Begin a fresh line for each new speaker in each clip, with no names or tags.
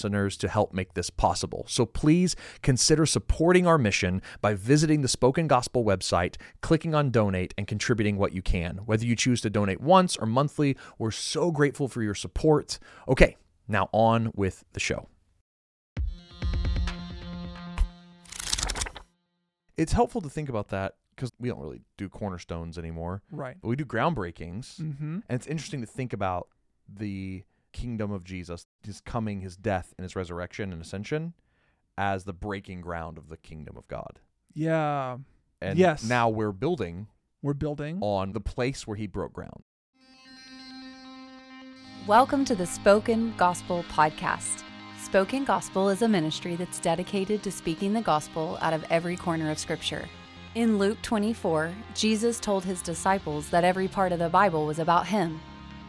to help make this possible. So please consider supporting our mission by visiting the Spoken Gospel website, clicking on donate, and contributing what you can. Whether you choose to donate once or monthly, we're so grateful for your support. Okay, now on with the show. It's helpful to think about that because we don't really do cornerstones anymore,
Right.
but we do groundbreakings.
Mm-hmm.
And it's interesting to think about the kingdom of Jesus, his coming, his death, and his resurrection and ascension as the breaking ground of the kingdom of God.
Yeah.
And
Yes.
now we're building
We're building.
on the place where he broke ground.
Welcome to the Spoken Gospel Podcast. Spoken Gospel is a ministry that's dedicated to speaking the gospel out of every corner of Scripture. In Luke 24, Jesus told his disciples that every part of the Bible was about him.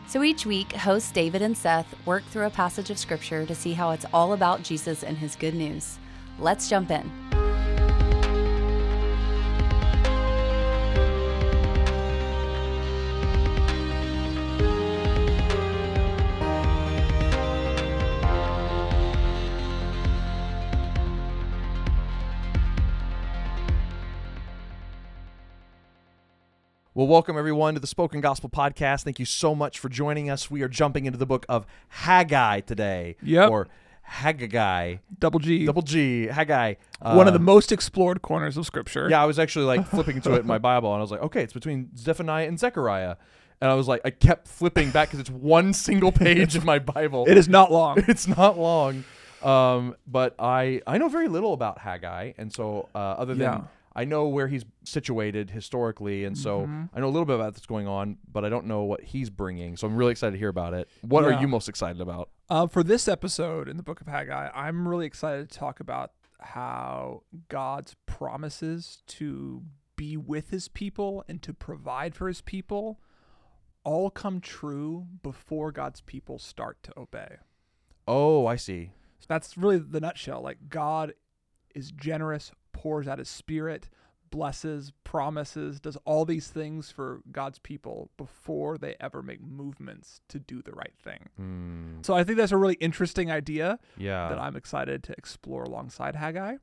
So each week, hosts David and Seth work through a passage of Scripture to see how it's all about Jesus and his good news. Let's jump in.
Well, welcome everyone to the Spoken Gospel Podcast. Thank you so much for joining us. We are jumping into the book of Haggai today.
Yep.
Or Haggai,
Double G.
double G, Haggai.
One of the
Uh,
most explored corners of Scripture.
Yeah, I was actually like flipping to it in my Bible, and I was like, okay, it's between Zephaniah and Zechariah, and I was like, I kept flipping back because it's one single page in my Bible.
It is not long.
It's not long, um, but I I know very little about Haggai, and so uh, other than
Yeah.
I know where he's situated historically, and so
Mm-hmm.
I know a little bit about what's going on, but I don't know what he's bringing. So I'm really excited to hear about it. What
Yeah.
are you most excited about?
Uh, for this episode in the book of Haggai, I'm really excited to talk about how God's promises to be with his people and to provide for his people all come true before God's people start to obey.
Oh, I see.
So that's really the nutshell. Like God is generous, pours out his spirit, blesses, promises, does all these things for God's people before they ever make movements to do the right thing.
Mm,
So I think that's a really interesting idea
yeah.
that I'm excited to explore alongside Haggai.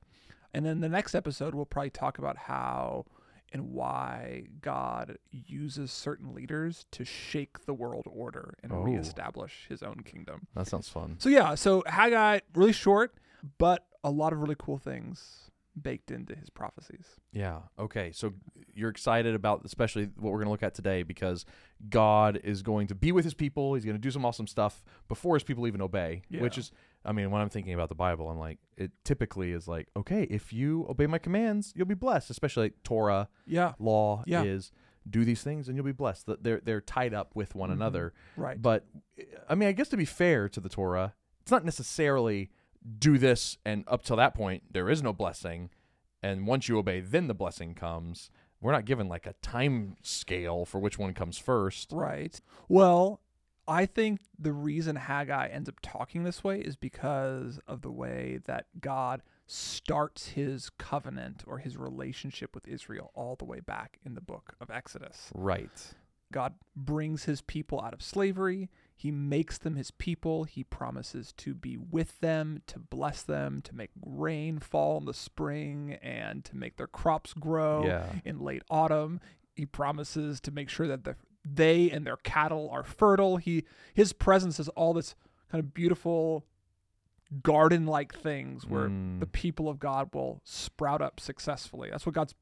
And then the next episode we'll probably talk about how and why God uses certain leaders to shake the world order and
Oh.
reestablish his own kingdom.
that sounds fun.
So yeah, so Haggai really short, but a lot of really cool things baked into his prophecies.
Yeah. Okay. So you're excited about especially what we're going to look at today because God is going to be with his people. He's going to do some awesome stuff before his people even obey, which
Yeah.
is I mean, when I'm thinking about the Bible, I'm like it typically is like, okay, if you obey my commands, you'll be blessed, especially like Torah,
Yeah,
law
Yeah.
is do these things and you'll be blessed. That They're they're tied up with one
Mhm.
another.
right.
But I mean, I guess to be fair to the Torah, it's not necessarily do this and up till that point there is no blessing, and once you obey, then the blessing comes. We're not given like a time scale for which one comes first.
right. Well, I think the reason Haggai ends up talking this way is because of the way that God starts his covenant or his relationship with Israel all the way back in the book of Exodus.
Right.
God brings his people out of slavery. He makes them his people. He promises to be with them, to bless them, to make rain fall in the spring, and to make their crops grow
Yeah.
in late autumn. He promises to make sure that the, they and their cattle are fertile. He his presence is all this kind of beautiful garden-like things where
Mm.
the people of God will sprout up successfully. That's what God's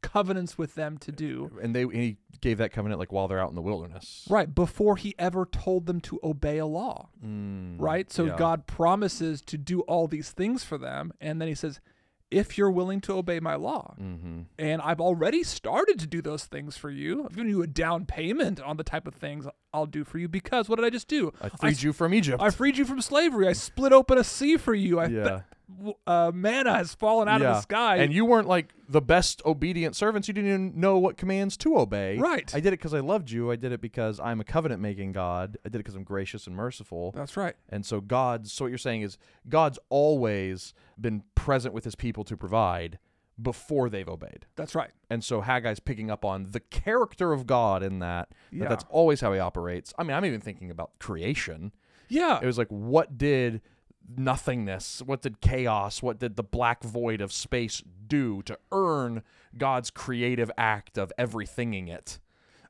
covenants with them to do.
And they and he gave that covenant like while they're out in the wilderness.
Right, before he ever told them to obey a law,
Mm,
right? So
yeah.
God promises to do all these things for them, and then he says, if you're willing to obey my law.
Mm. Mm-hmm.
And I've already started to do those things for you. I've given you a down payment on the type of things I'll do for you because what did I just do?
I freed
s-
you from Egypt.
I freed you from slavery. I split open a sea for you. I
Yeah.
w- uh, manna has fallen out of the sky.
And you weren't like the best obedient servants. You didn't even know what commands to obey.
Right.
I did it because I loved you. I did it because I'm a covenant making God. I did it because I'm gracious and merciful.
That's right.
And so God's so what you're saying is God's always been present with his people to provide before they've obeyed.
That's right.
And so Haggai's picking up on the character of God in that,
Yeah.
that that's always how he operates. I mean, I'm even thinking about creation.
Yeah.
It was like what did nothingness, what did chaos, what did the black void of space do to earn God's creative act of everythinging it?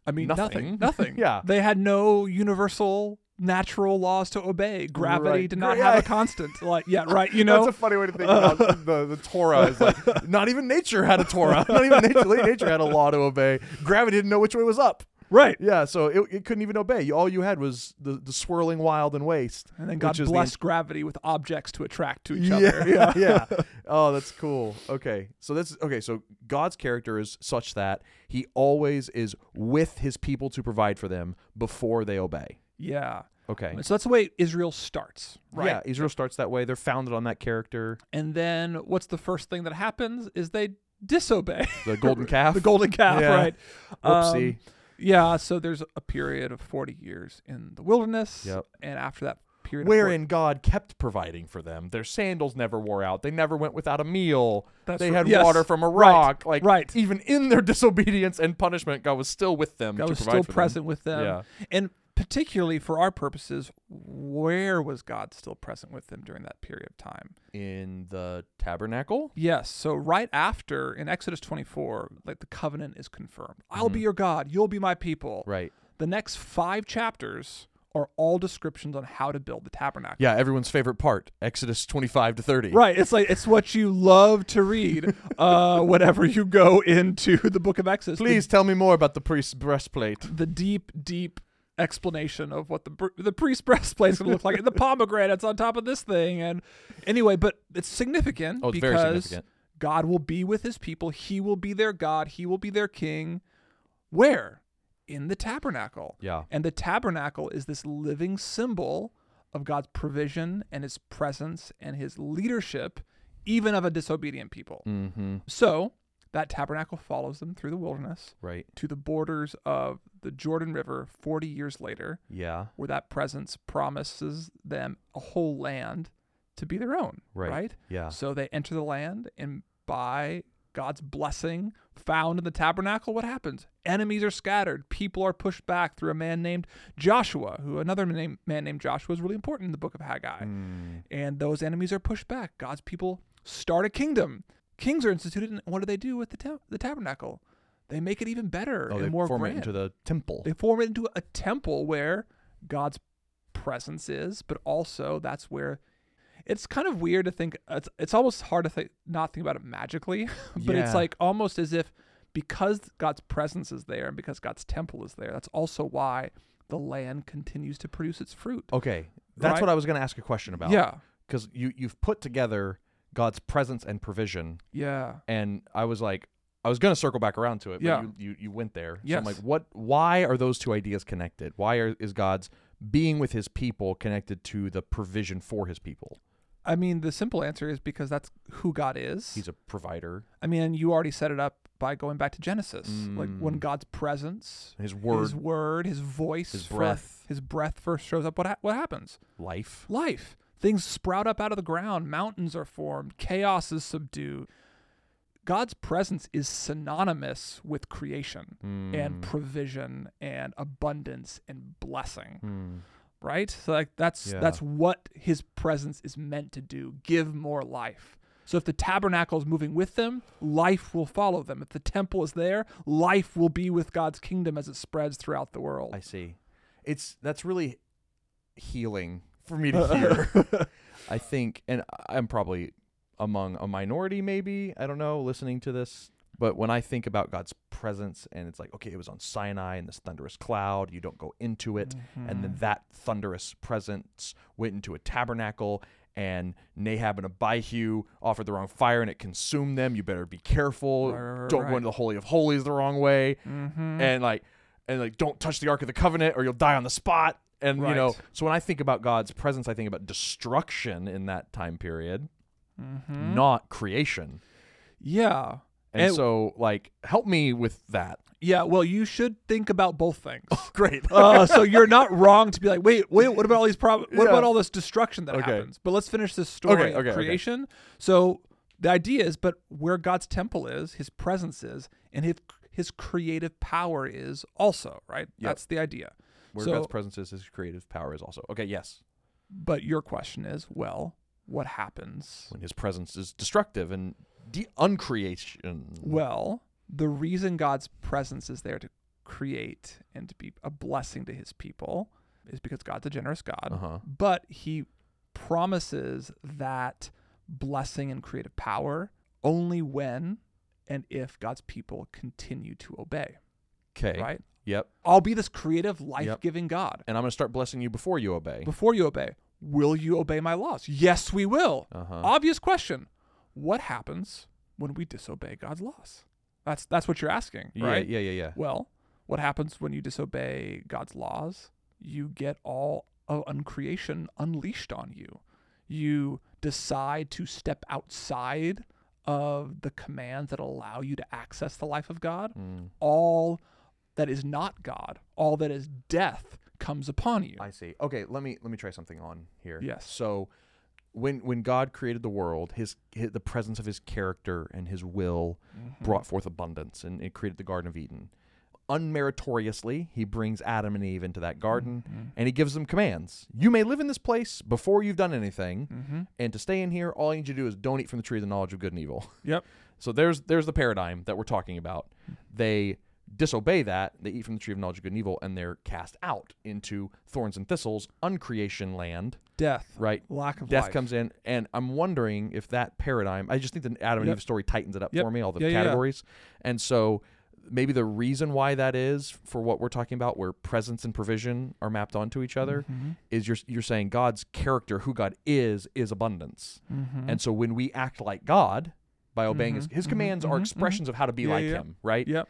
I mean,
Nothing.
nothing. Nothing.
Yeah.
They had no universal natural laws to obey. Gravity
Right.
did not
Yeah.
have a constant. Like, yeah, right. You know,
That's a funny way to think about the, the Torah. Is like not even nature had a Torah. Not even nature, late nature had a law to obey. Gravity didn't know which way was up.
right.
Yeah, so it, it couldn't even obey. You- All you had was the, the swirling wild and waste.
And then
which
God
is the-
blessed gravity with objects to attract to each
yeah,
other.
yeah, yeah. Oh, that's cool. Okay, so that's okay. So God's character is such that He always is with His people to provide for them before they obey.
Yeah.
Okay.
So that's the way Israel starts, right?
Yeah, Israel starts that way. They're founded on that character,
And then what's the first thing that happens is they disobey
the golden calf.
the golden calf,
Yeah.
right?
Whoopsie.
Um, yeah, so there's a period of 40 years in the wilderness.
Yep.
And after that period, of 40
wherein God kept providing for them. Their sandals never wore out. They never went without a meal.
That's
they
r-
had
yes.
water from a
Right.
rock. Like
Right.
even in their disobedience and punishment, God was still with them.
God
to
was
provide
still
for them.
present with them.
Yeah.
And particularly for our purposes, where was God still present with them during that period of time?
in the tabernacle.
Yes. So right after in Exodus 24, like the covenant is confirmed. I'll be your God, you'll be my people.
Mm-hmm. Right.
The next 5 chapters are all descriptions on how to build the tabernacle.
Yeah, everyone's favorite part, Exodus 25 to 30.
Right, it's like it's what you love to read uh, whenever you go into the Book of Exodus. The
Please tell me more about the priest's breastplate.
the deep, deep explanation of what the br- the priest's breastplate's going to look like, and the pomegranates on top of this thing, and anyway, but it's significant
Oh, it's very
because
significant.
God will be with His people. He will be their God. He will be their King. Where? In the tabernacle.
Yeah.
And the tabernacle is this living symbol of God's provision and His presence and His leadership, even of a disobedient people.
Mm-hmm.
So that tabernacle follows them through the wilderness
Right.
to the borders of the Jordan River 40 years later,
Yeah.
where that presence promises them a whole land to be their own.
Right. Yeah.
So they enter the land, and by God's blessing found in the tabernacle, what happens? Enemies are scattered. People are pushed back through a man named Joshua, who another name, man named Joshua is really important in the book of Haggai.
Mm.
And those enemies are pushed back. God's people start a kingdom. Kings are instituted, and what do they do with the, ta- the tabernacle? They make it even better
Oh,
and
they
more
form it
grand.
into the temple.
They form it into a temple where God's presence is, but also that's where it's kind of weird to think. It's it's almost hard to think, not think about it magically, but
Yeah.
it's like almost as if because God's presence is there and because God's temple is there, that's also why the land continues to produce its fruit.
Okay. That's
Right.
what I was going to ask a question about.
Yeah,
Because you, you've put together God's presence and provision
yeah,
and I was like, I was gonna circle back around to it, but
Yeah.
you, you you went there. So I'm
Yes.
like, what? Why are those two ideas connected? Why are, is God's being with His people connected to the provision for His people?
I mean, the simple answer is because that's who God is.
He's a provider.
I mean, you already set it up by going back to Genesis, like when God's presence
His Mm. word,
his word, his voice,
His
fir-
breath.
his breath first shows up. What ha- what happens?
life.
Life. Things sprout up out of the ground. Mountains are formed. Chaos is subdued. God's presence is synonymous with creation and
Mm.
provision and abundance and blessing. Right? So like that's
Yeah.
that's what his presence is meant to do. Give more life. So if the tabernacle is moving with them, life will follow them. If the temple is there, life will be with God's kingdom as it spreads throughout the world.
I see. It's that's really healing for me to hear. I think, and I'm probably among a minority, maybe I don't know, listening to this. But when I think about God's presence, and it's like, okay, it was on Sinai in this thunderous cloud.
Mm-hmm.
You don't go into it, and then that thunderous presence went into a tabernacle, and Nahab and Abihu offered the wrong fire and it consumed them. You better be careful.
Right, right, right,
don't
right.
go into the holy of holies the wrong way.
Mm-hmm.
And like and like don't touch the ark of the covenant or you'll die on the spot. And you know,
Right.
so when I think about God's presence, I think about destruction in that time period, not creation.
Yeah.
And,
Mm-hmm. And-
so like help me with that.
Yeah. Well, you should think about both things.
Great.
uh, so you're not wrong to be like, wait, wait, what about all these problems? What
Yeah.
about all this destruction that
Okay.
happens? But let's finish this story
Okay,
of
okay, okay.
creation. So the idea is, but where God's temple is, His presence is, and His His creative power is also right. That's the idea.
Where
so,
God's presence is, his creative power is also. Okay, yes.
but your question is, well, what happens?
When his presence is destructive and de- uncreation.
Well, the reason God's presence is there to create and to be a blessing to his people is because God's a generous God.
Uh-huh.
But he promises that blessing and creative power only when and if God's people continue to obey,
okay.
right?
Yep.
I'll be this creative, life giving God.
And I'm going to start blessing you before you obey.
Before you obey, will you obey my laws? Yes, we will.
Uh-huh.
Obvious question. What happens when we disobey God's laws? That's that's what you're asking, right?
Yeah, yeah, yeah, yeah.
Well, what happens when you disobey God's laws? You get all of uncreation unleashed on you. You decide to step outside of the commands that allow you to access the life of God.
Mm.
All that is not God, all that is death comes upon you.
I see. Okay, let me let me try something on here.
Yes.
So when when God created the world, his, hi the presence of his character and his will brought forth abundance and it created the Garden of Eden. Unmeritoriously, he brings Adam and Eve into that garden and he gives them commands. You may live in this place before you've done anything, and to stay in here, all you need to do is don't eat from the tree of the knowledge of good and evil.
Yep.
So there's there's the paradigm that we're talking about. They disobey that, they eat from the tree of knowledge of good and evil, and they're cast out into thorns and thistles, uncreation land,
Death.
right?
Lack of
Death
life.
comes in, and I'm wondering if that paradigm. I just think the Adam and
Yep.
Eve story tightens it up
Yep.
for me, all the
Yeah, yeah, yeah.
categories, and so maybe the reason why that is for what we're talking about, where presence and provision are mapped onto each other,
Mm-hmm.
is you're you're saying God's character, who God is, is abundance,
Mm-hmm.
and so when we act like God by obeying His, His commands, are expressions of how to be
Mm-hmm. Yeah,
like
yeah, yeah.
Him, right?
Yep.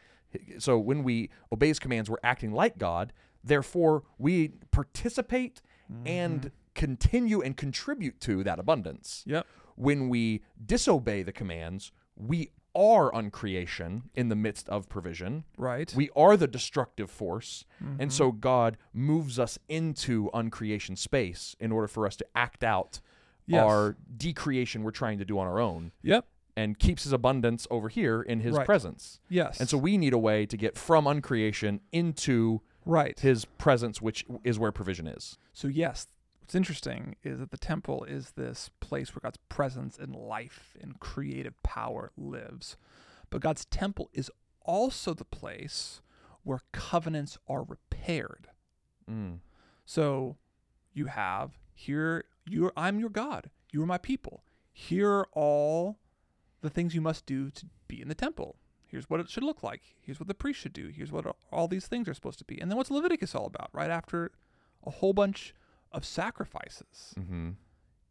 So when we obey his commands, we're acting like God. Therefore, we participate and
Mm-hmm.
continue and contribute to that abundance.
Yep.
When we disobey the commands, we are uncreation in the midst of provision.
Right.
We are the destructive force. And
Mm-hmm.
so God moves us into uncreation space in order for us to act out
Yes.
our decreation we're trying to do on our own
yep.
and keeps his abundance over here in his
Right.
presence.
Yes.
And so we need a way to get from uncreation into
right.
his presence, which is where provision is.
So yes, what's interesting is that the temple is this place where God's presence and life and creative power lives. But God's temple is also the place where covenants are repaired. Mm, So you have here you are I'm your God. You are my people. Here are all the things you must do to be in the temple. Here's what it should look like. Here's what the priest should do. Here's what all these things are supposed to be. And then what's Leviticus all about? Right after a whole bunch of sacrifices
Mm-hmm.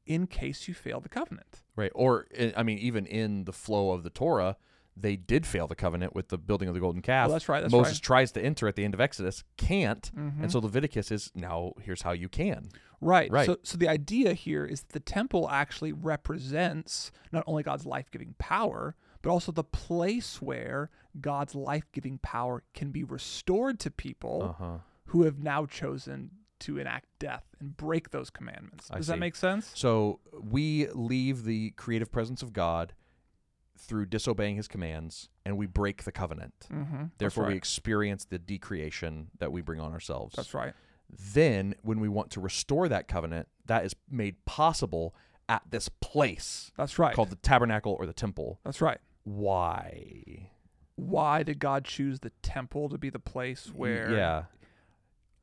in case you fail the covenant.
Right. Or, eh, I- I mean, even in the flow of the Torah, they did fail the covenant with the building of the golden calf.
that's right, that's
Moses
right. Mm-hmm.
tries to enter at the end of Exodus, can't. And so Leviticus is now here's how you can.
Right.
Right.
So, so the idea here is that the temple actually represents not only God's life giving power, but also the place where God's life giving power can be restored to people
huh.
who have now chosen to enact death and break those commandments.
I
Does
see.
that make sense?
So we leave the creative presence of God through disobeying his commands and we break the covenant.
Mm-hmm.
Therefore,
That's
we
right.
experience the decreation that we bring on ourselves.
That's right.
Then, when we want to restore that covenant, that is made possible at this place
That's right.
called the tabernacle or the temple.
That's right.
Why?
Why did God choose the temple to be the place where
Yeah.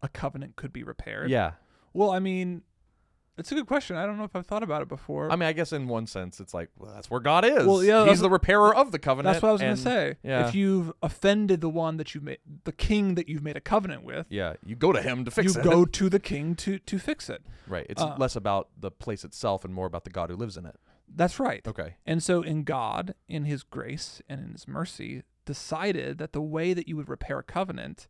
a covenant could be repaired?
Yeah.
Well, I mean, That's a good question. I don't know if I've thought about it before.
I mean, I guess in one sense, it's like well, that's where God is.
Well, yeah,
he's
that's-
the repairer of the covenant.
That's what I was going
and-
to say.
Yeah,
If you've offended the one that you made, the king that you've made a covenant with,
yeah, you go to him to fix
you
it.
go to the king to to fix it.
right. It's
uh,
less about the place itself and more about the God who lives in it.
That's right.
Okay.
And so, in God, in His grace and in His mercy, decided that the way that you would repair a covenant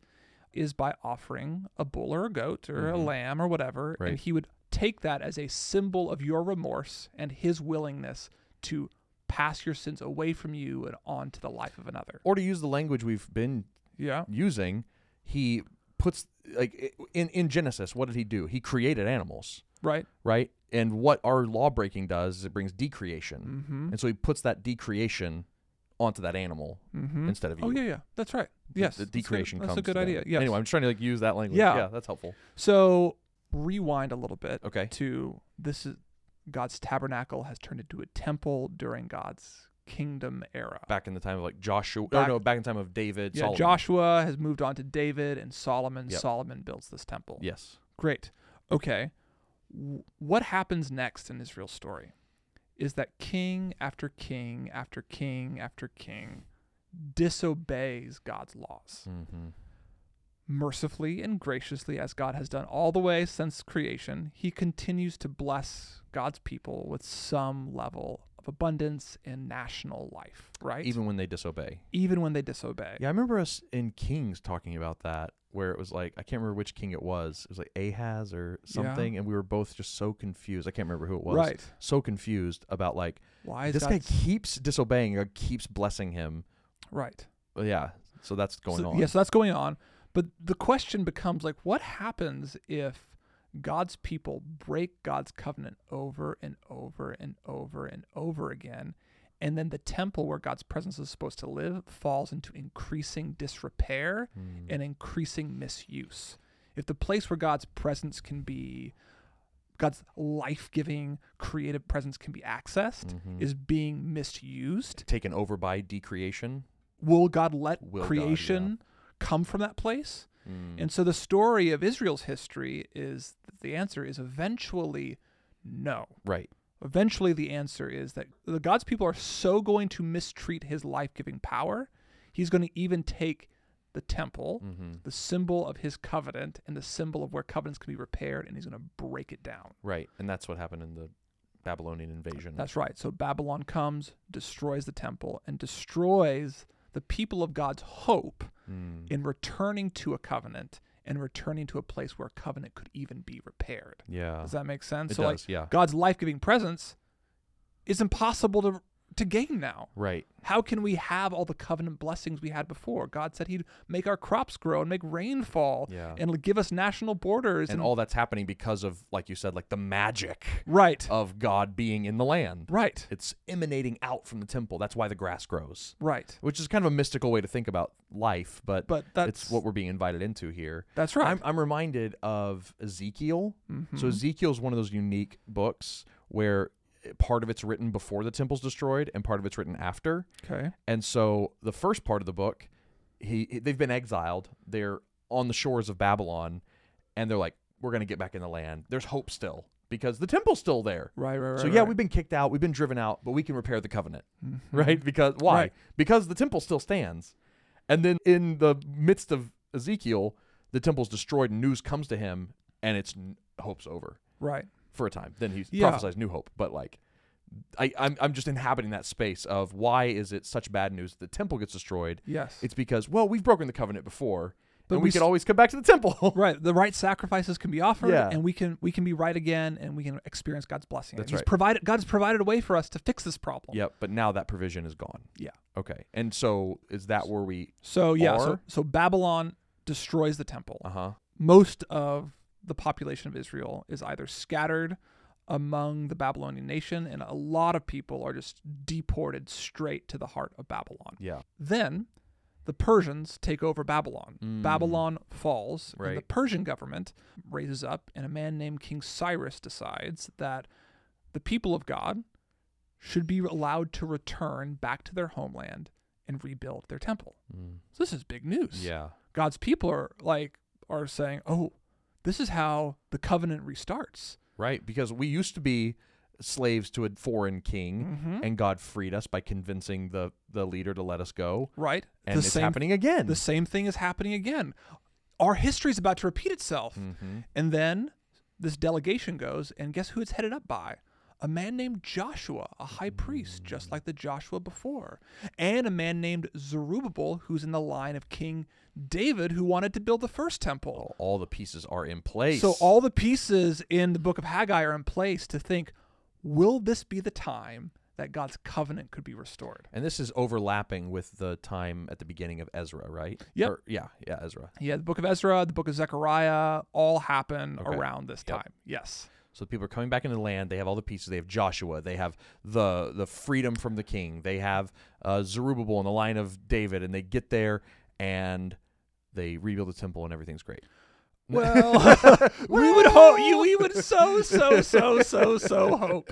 is by offering a bull or a goat or a
Mhm.
lamb or whatever.
Right.
And He would take that as a symbol of your remorse and His willingness to pass your sins away from you and on to the life of another.
Or to use the language we've been
Yeah.
using, he puts like i- in in Genesis. What did he do? He created animals,
Right.
right? And what our law breaking does is it brings decreation,
Mm-hmm.
and so he puts that decreation onto that animal
Mm-hmm.
instead of you.
Oh yeah, yeah. That's right.
The-
Yes.
the
that's good-
decreation
That's
comes
a good
to them.
idea. Yes.
Anyway, I'm just trying to like use that language.
Yeah.
yeah that's helpful.
So rewind a little bit
Okay.
to this is God's tabernacle has turned into a temple during God's kingdom era.
back in the time of like Joshua.
Back-
or no, back in the time of David.
yeah,
Solomon.
Joshua has moved on to David and Solomon.
Yep.
Solomon builds this temple.
Yes.
Great. Okay. W- What happens next in Israel's story is that king after king after king after king disobeys God's laws.
Mm-hmm.
mercifully and graciously, as God has done all the way since creation, He continues to bless God's people with some level of abundance and national life, right?
Even when they disobey.
Even when they disobey.
Yeah, I remember us in Kings talking about that, where it was like I can't remember which king it was. It was like Ahaz or something, and we were both just so confused. I can't remember who it was.
Right.
So confused about like
Why is
this
God
guy keeps disobeying. God keeps blessing him.
right?
But yeah. So that's going
so,
on.
Yeah, so that's going on. But the question becomes like, what happens if God's people break God's covenant over and over and over and over again? And then the temple where God's presence is supposed to live falls into increasing disrepair
Hmm.
and increasing misuse. If the place where God's presence can be, God's life giving creative presence can be accessed,
Mhm.
is being misused,
Taken over by decreation.
will God let
Will God, yeah. Hmm.
creation come from that place? And so the story of Israel's history is the answer is eventually no.
Right.
Eventually, the answer is that the God's people are so going to mistreat his life giving power, he's going to even take the temple,
Hmm.
the symbol of his covenant, and the symbol of where covenants can be repaired, and he's going to break it down.
Right. And that's what happened in the Babylonian invasion.
That's right. So Babylon comes, destroys the temple, and destroys the people of God's hope
Mm.
in returning to a covenant and returning to a place where a covenant could even be repaired.
Yeah.
Does that make sense?
It
so
does.
like
yeah.
God's life-giving presence is impossible to to gain now.
Right.
How can we have all the covenant blessings we had before? God said he'd make our crops grow and make rain fall
Yeah.
and give us national borders
and all that's happening because of like you said like the magic
right.
of god being in the land
right.
it's emanating out from the temple that's why the grass grows
Right.
which is kind of a mystical way to think about life but,
But
it's
that's-
what we're being invited into here
That's right. Mm-hmm.
i'm, I'm reminded of ezekiel so ezekiel is one of those unique books where part of it's written before the temple's destroyed and part of it's written after
okay.
and so the first part of the book, he they've been exiled. They're on the shores of Babylon, and they're like, "We're gonna get back in the land." There's hope still because the temple's still there.
Right, right, right.
so yeah,
right. Mm-hmm.
we've been kicked out, we've been driven out, but we can repair the covenant, right? Because why?
Right.
Because the temple still stands. And then in the midst of Ezekiel, the temple's destroyed, and news comes to him, and it's n- hope's over
right.
for a time. Then he
Yeah.
prophesies new hope, but like, I, I'm I'm just inhabiting that space of why is it such bad news? that The temple gets destroyed.
Yes.
It's because well we've broken the covenant before,
But
and
we
we, can
s-
always come back to the temple.
Right, the right sacrifices can be offered,
Yeah.
and we can we can be right again, and we can experience God's blessing.
That's
He's
right.
provided God has provided a way for us to fix this problem.
yep. But now that provision is gone.
Yeah.
Okay. And so is that where we?
So yeah, so,
Or-
so Babylon destroys the temple.
Uh huh.
Most of the population of Israel is either scattered among the Babylonian nation, and a lot of people are just deported straight to the heart of Babylon.
Yeah.
Then the Persians take over Babylon. Babylon falls, and the
Mm. Right.
Persian government raises up, and a man named King Cyrus decides that the people of God should be allowed to return back to their homeland and rebuild their temple. So this is big news.
Mm. Yeah.
God's people are like are saying, "Oh, this is how the covenant restarts.
right? Because we used to be slaves to a foreign king,
Mm-hmm.
and God freed us by convincing the the leader to let us go.
right?
And
the
it's
same
happening again.
the same thing is happening again. Our history is about to repeat itself. And then this delegation goes, and guess who it's headed up by? A man named Joshua, a high priest, just like the Joshua before, and a man named Zerubbabel, who's in the line of King David, who wanted to build the first temple.
all the pieces are in place.
So all the pieces in the book of Haggai are in place to think, will this be the time that God's covenant could be restored?
and this is overlapping with the time at the beginning of Ezra, right?
Yep.
Or- Yeah, yeah, Ezra.
Yeah, the book of Ezra, the book of Zechariah, all happen
Okay.
around this
Yep.
time. Yes.
So people are coming back into the land. They have all the pieces. They have Joshua. They have the the freedom from the king. They have uh, Zerubbabel in the line of David, and they get there and they rebuild the temple, and everything's great.
Well, we would hope you. We would so so so so so hope.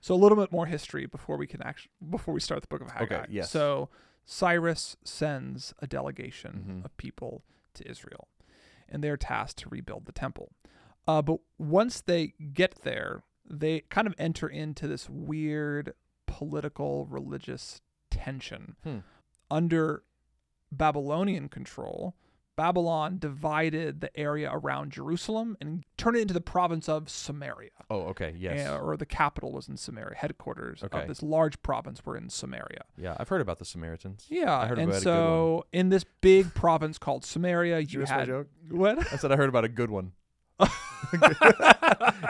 So a little bit more history before we can actually before we start the book of Haggai.
Okay, yes.
So Cyrus sends a delegation
Mm-hmm.
of people to Israel, and they're tasked to rebuild the temple. Uh, but once they get there, they kind of enter into this weird political religious tension
Hmm.
under Babylonian control. Babylon divided the area around Jerusalem and turned it into the province of Samaria.
Oh, okay, yes,
eh,
yeah.
or the capital was in Samaria. Headquarters
Okay.
of this large province were in Samaria.
I've heard about the Samaritans.
Yeah.
I heard
and
about a good one.
so in this big province called Samaria, you
miss my
had
joke?
what?
I said I heard about a good one.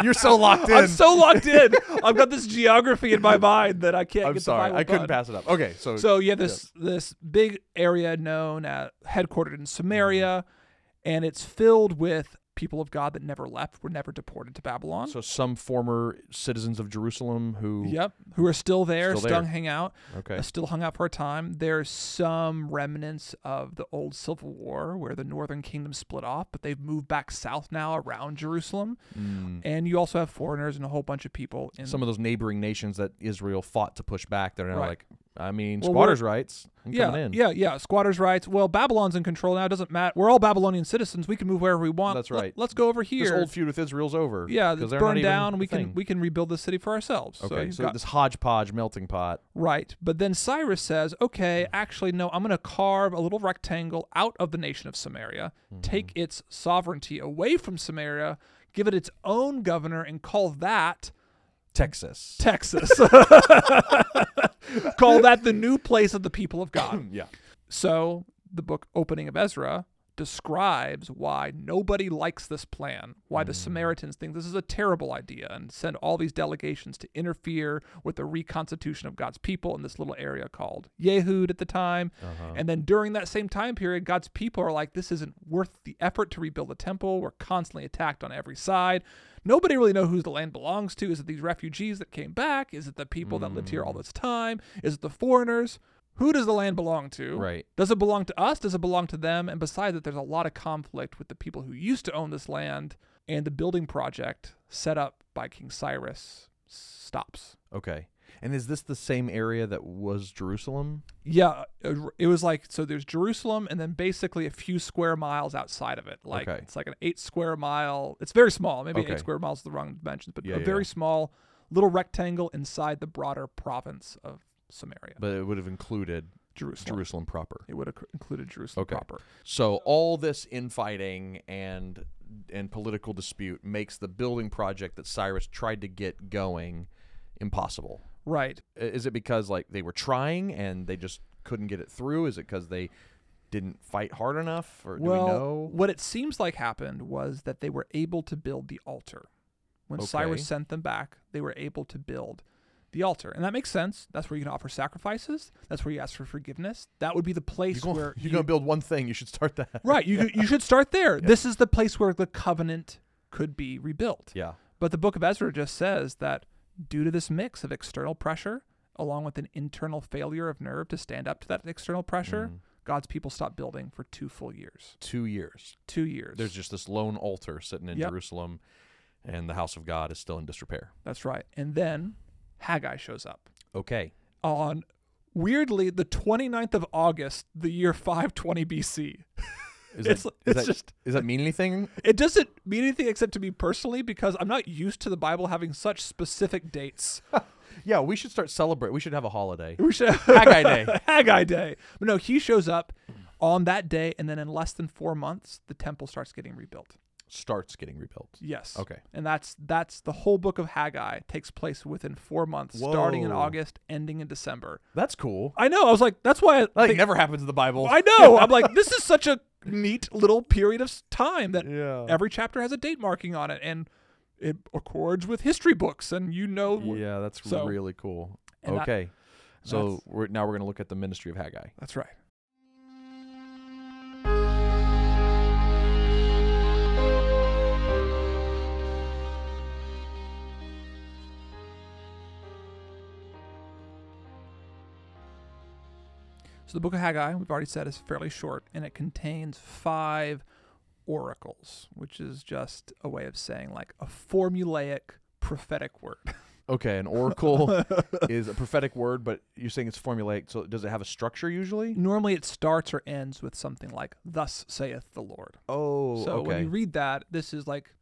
You're so locked in.
I'm so locked in. I've got this geography in my mind that I can't
I'm
get
sorry,
the Bible
I couldn't
done.
pass it up. Okay, so,
So yeah, this this big area known at headquartered in Samaria,
Mm-hmm.
and it's filled with people of God that never left, were never deported to Babylon.
so some former citizens of Jerusalem who
yep, who are still there,
Still
still,
there.
hang out,
okay
uh, still hung out for a time. There's some remnants of the old civil war where the northern kingdom split off, but they've moved back south now around Jerusalem. And you also have foreigners and a whole bunch of people in
Hmm. some of those neighboring nations that Israel fought to push back. They're now
Right.
like, I mean,
Well,
squatters' rights. I'm
yeah,
coming in.
yeah, yeah. Squatters' rights. Well, Babylon's in control now. It doesn't matter. We're all Babylonian citizens. We can move wherever we want.
That's
Let-
right.
let's go over here.
This old feud with Israel's over.
yeah,
because
it's
they're not
burned
even
down.
a
We can
thing.
we can rebuild the city for ourselves. so
okay,
you've
so
got-
this hodgepodge melting pot.
right. But then Cyrus says, okay, actually, no. I'm going to carve a little rectangle out of the nation of Samaria, take its sovereignty away from Samaria, give it its own governor, and call that
Texas.
Texas. call that the new place of the people of God.
yeah.
So the book opening of Ezra describes why nobody likes this plan, why the Samaritans think this is a terrible idea and send all these delegations to interfere with the reconstitution of God's people in this little area called Yehud at the time. And then during that same time period, God's people are like, this isn't worth the effort to rebuild the temple. We're constantly attacked on every side. Nobody really know who the land belongs to. Is it these refugees that came back? Is it the people that lived here all this time? Is it the foreigners? Who does the land belong to?
Right.
Does it belong to us? Does it belong to them? And besides that, there's a lot of conflict with the people who used to own this land, and the building project set up by King Cyrus stops.
Okay. And is this the same area that was Jerusalem?
Yeah, it it was like so. There's Jerusalem, and then basically a few square miles outside of it. Like
Okay.
it's like an eight square mile. It's very small. Maybe
Okay.
eight square miles is the wrong dimensions, but
Yeah,
a
yeah,
very
yeah.
small little rectangle inside the broader province of Samaria,
But it would have included
Jerusalem.
Jerusalem proper.
It would have included Jerusalem
Okay.
proper.
So all this infighting and and political dispute makes the building project that Cyrus tried to get going impossible.
Right.
I- Is it because like they were trying and they just couldn't get it through? Is it because they didn't fight hard enough? Or do
well,
we know?
what it seems like happened was that they were able to build the altar. When
Okay.
Cyrus sent them back, they were able to build the altar. And that makes sense. That's where you can offer sacrifices. That's where you ask for forgiveness. That would be the place
You're gonna,
where
you're gonna build one thing. You should start that.
Right, you could- you should start there. This is the place where the covenant could be rebuilt.
Yeah.
But the book of Ezra just says that due to this mix of external pressure along with an internal failure of nerve to stand up to that external pressure,
Mm.
God's people stopped building for 2 full years.
Two years.
2 years.
There's just this lone altar sitting in
Yep.
Jerusalem, and the house of God is still in disrepair.
That's right. And then Haggai shows up
Okay.
on weirdly the 29th of August, the year 520 BC.
Is
It's-
that, is
it's
that-
just-
does that mean anything?
It doesn't mean anything except to me personally because I'm not used to the Bible having such specific dates.
Yeah, we should start celebrate. We should have a holiday.
We should
Haggai Day.
Haggai Day. But no, he shows up on that day, and then in less than four months, the temple starts getting rebuilt.
Starts getting rebuilt.
Yes.
Okay.
And that's that's the whole book of Haggai takes place within four months, starting in
Whoa.
August, ending in December.
That's cool.
I know. I was like, that's why. I
That like,
think-
never happens in the Bible.
I know. I'm like, this is such a neat little period of s- time that
Yeah.
every chapter has a date marking on it, and it accords with history books, and you know. wh-
Yeah, that's
So-
really cool.
and that-
Okay. so
that's-
we're, now we're going to look at the ministry of Haggai.
That's right. So the book of Haggai, we've already said, is fairly short, and it contains five oracles, which is just a way of saying like a formulaic prophetic word.
Okay, an oracle is a prophetic word, but you're saying it's formulaic. So does it have a structure usually?
Normally, it starts or ends with something like "Thus saith the Lord."
Oh,
So
okay.
when you read that, this is like